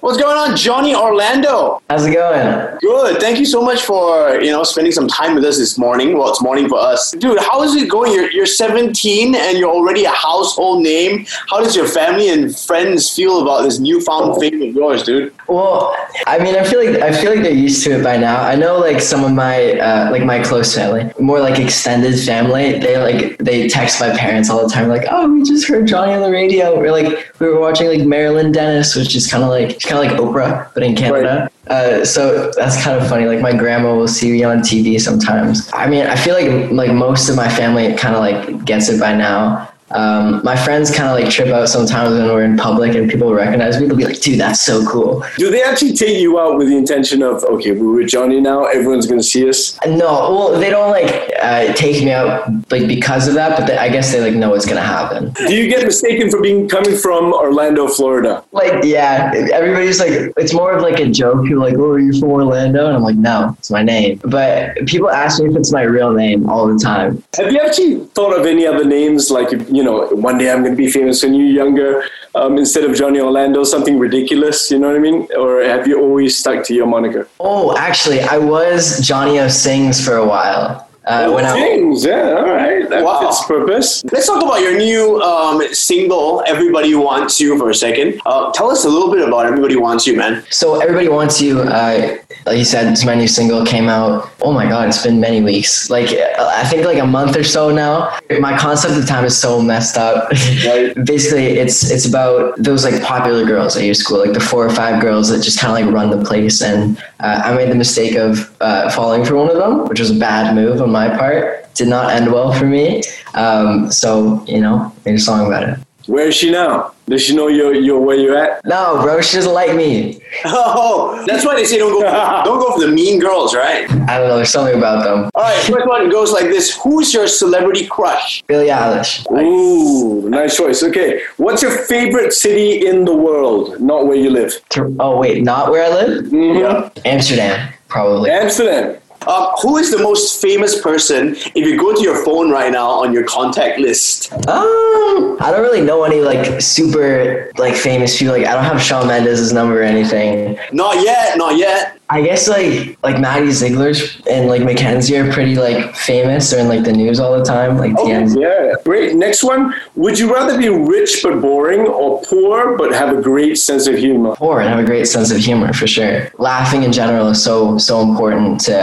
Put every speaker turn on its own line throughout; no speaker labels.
What's going on, Johnny Orlando?
How's it going?
Good. Thank you so much for you know spending some time with us this morning. Well, it's morning for us, dude. How is it going? You're you're 17 and you're already a household name. How does your family and friends feel about this newfound fame of yours, dude?
Well, I mean, I feel like I feel like they're used to it by now. I know like some of my uh, like my close family, more like extended family, they like they text my parents all the time, like, "Oh, we just heard Johnny on the radio," or like we were watching like Marilyn Dennis, which is kind of like kind of like Oprah, but in Canada. Uh, so that's kind of funny. Like my grandma will see me on TV sometimes. I mean, I feel like like most of my family kind of like gets it by now. Um, my friends kind of like trip out sometimes when we're in public and people recognize me. They'll be like, "Dude, that's so cool."
Do they actually take you out with the intention of okay, we were Johnny now, everyone's gonna see us?
No, well, they don't like uh, take me out like because of that, but they, I guess they like know what's gonna happen.
Do you get mistaken for being coming from Orlando, Florida?
Like, yeah, everybody's like, it's more of like a joke. People are like, "Oh, are you from Orlando?" And I'm like, "No, it's my name." But people ask me if it's my real name all the time.
Have you actually thought of any other names? Like, you know, one day I'm gonna be famous when you're younger, um, instead of Johnny Orlando, something ridiculous. You know what I mean? Or have you always stuck to your moniker?
Oh, actually, I was Johnny O Sings for a while. Uh, when I,
Things, yeah, all right, that
Wow.
fits purpose.
Let's talk about your new um, single, "Everybody Wants You," for a second. Uh, tell us a little bit about "Everybody Wants You," man.
so everybody wants you. Uh, like you said, it's my new single came out. Oh my god, it's been many weeks. Like I think like a month or so now. My concept of time is so messed up.
Right.
Basically, it's it's about those like popular girls at your school, like the four or five girls that just kind of like run the place. And uh, I made the mistake of uh, falling for one of them, which was a bad move on my part. Did not end well for me. Um, so you know, made a song about it.
Where is she now? Does she know you're, you're where you're at?
No, bro, she doesn't like me.
Oh, that's why they say don't go don't go for the mean girls, right?
I don't know. There's something about them.
All right, first one goes like this: Who's your celebrity crush?
Billie Eilish.
Ooh, nice choice. Okay, what's your favorite city in the world? Not where you live.
Tor- Oh wait, not where I live.
Mhm.
Amsterdam, probably. Um,
Amsterdam.
Uh, who is the most famous person? If you go to your phone right now on your contact list,
Um, I don't really know any like super like famous people. Like I don't have Shawn Mendes' number or anything.
not yet, not yet.
I guess like like Maddie Ziegler's and like Mackenzie are pretty like famous. They're in like the news all the time. Like
Oh,
DMs.
yeah. Great. Next one. Would you rather be rich but boring or poor but have a great sense of humor?
Poor and have a great sense of humor for sure. Laughing in general is so so important to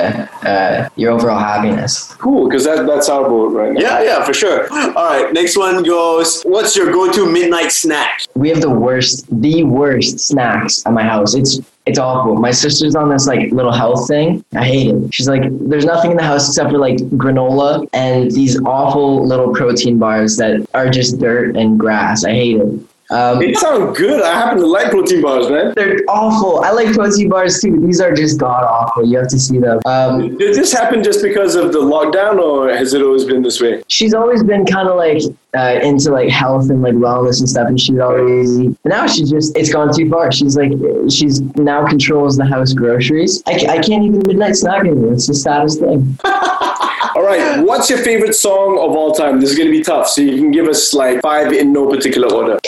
uh, your overall happiness.
Cool, because that, that's our vote right now.
Yeah, yeah, for sure. All right, next one goes: What's your go-to midnight snack?
we have the worst, the worst snacks at my house. It's it's awful. My sister's on this like little health thing. I hate it. She's like, there's nothing in the house except for like granola and these awful little protein bars that are just dirt and grass. I hate it. Um,
It sounds good. I happen to like protein bars, man.
they're awful. I like protein bars too. These are just god awful. You have to see them. Um,
Did this happen just because of the lockdown or has it always been this way?
she's always been kind of like uh, into like health and like wellness and stuff and she would always but now she's just it's gone too far she's like she's now controls the house groceries i, ca- I can't even midnight snack anymore it's the saddest thing
All right, what's your favorite song of all time? This is going to be tough, so you can give us like five in no particular order.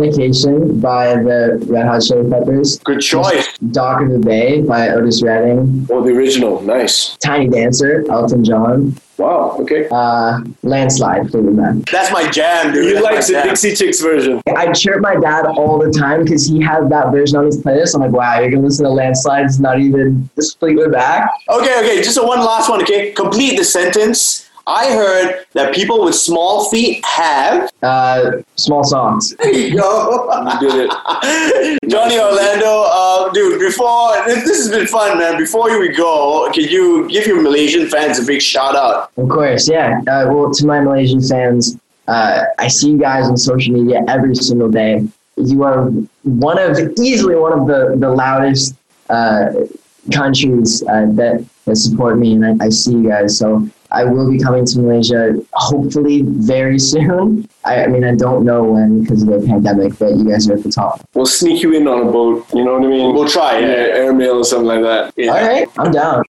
californication by the red hot chili peppers
Good choice.
Dog of the Bay by Otis Redding,
Or the original. Nice.
Tiny Dancer, Elton John,
Wow, okay.
uh, Landslide, Fleetwood Mac.
That's my jam, dude.
You
That's my
like the
jam.
Dixie Chicks version.
I chirp my dad all the time because he had that version on his playlist. I'm like, wow, you're gonna listen to Landslide? It's not even this Fleetwood Mac.
Okay, okay, just a one last one. Okay, complete the sentence. I heard that people with small feet have.
Uh, small songs.
There you go.
You did it.
Johnny Orlando, uh, dude, before this, this has been fun, man. Before we go, can you give your Malaysian fans a big shout out?
Of course, yeah. Uh, well, to my Malaysian fans, uh, I see you guys on social media every single day. You are one of easily one of the the loudest uh, countries uh, that that support me, and I, I see you guys. So I will be coming to Malaysia hopefully very soon. I, I mean, I don't know when because of the pandemic, but you guys are at the top.
We'll sneak you in on a boat. You know what I mean?
We'll try.
yeah,
Yeah.
airmail or something like that.
Yeah.
All right, I'm down.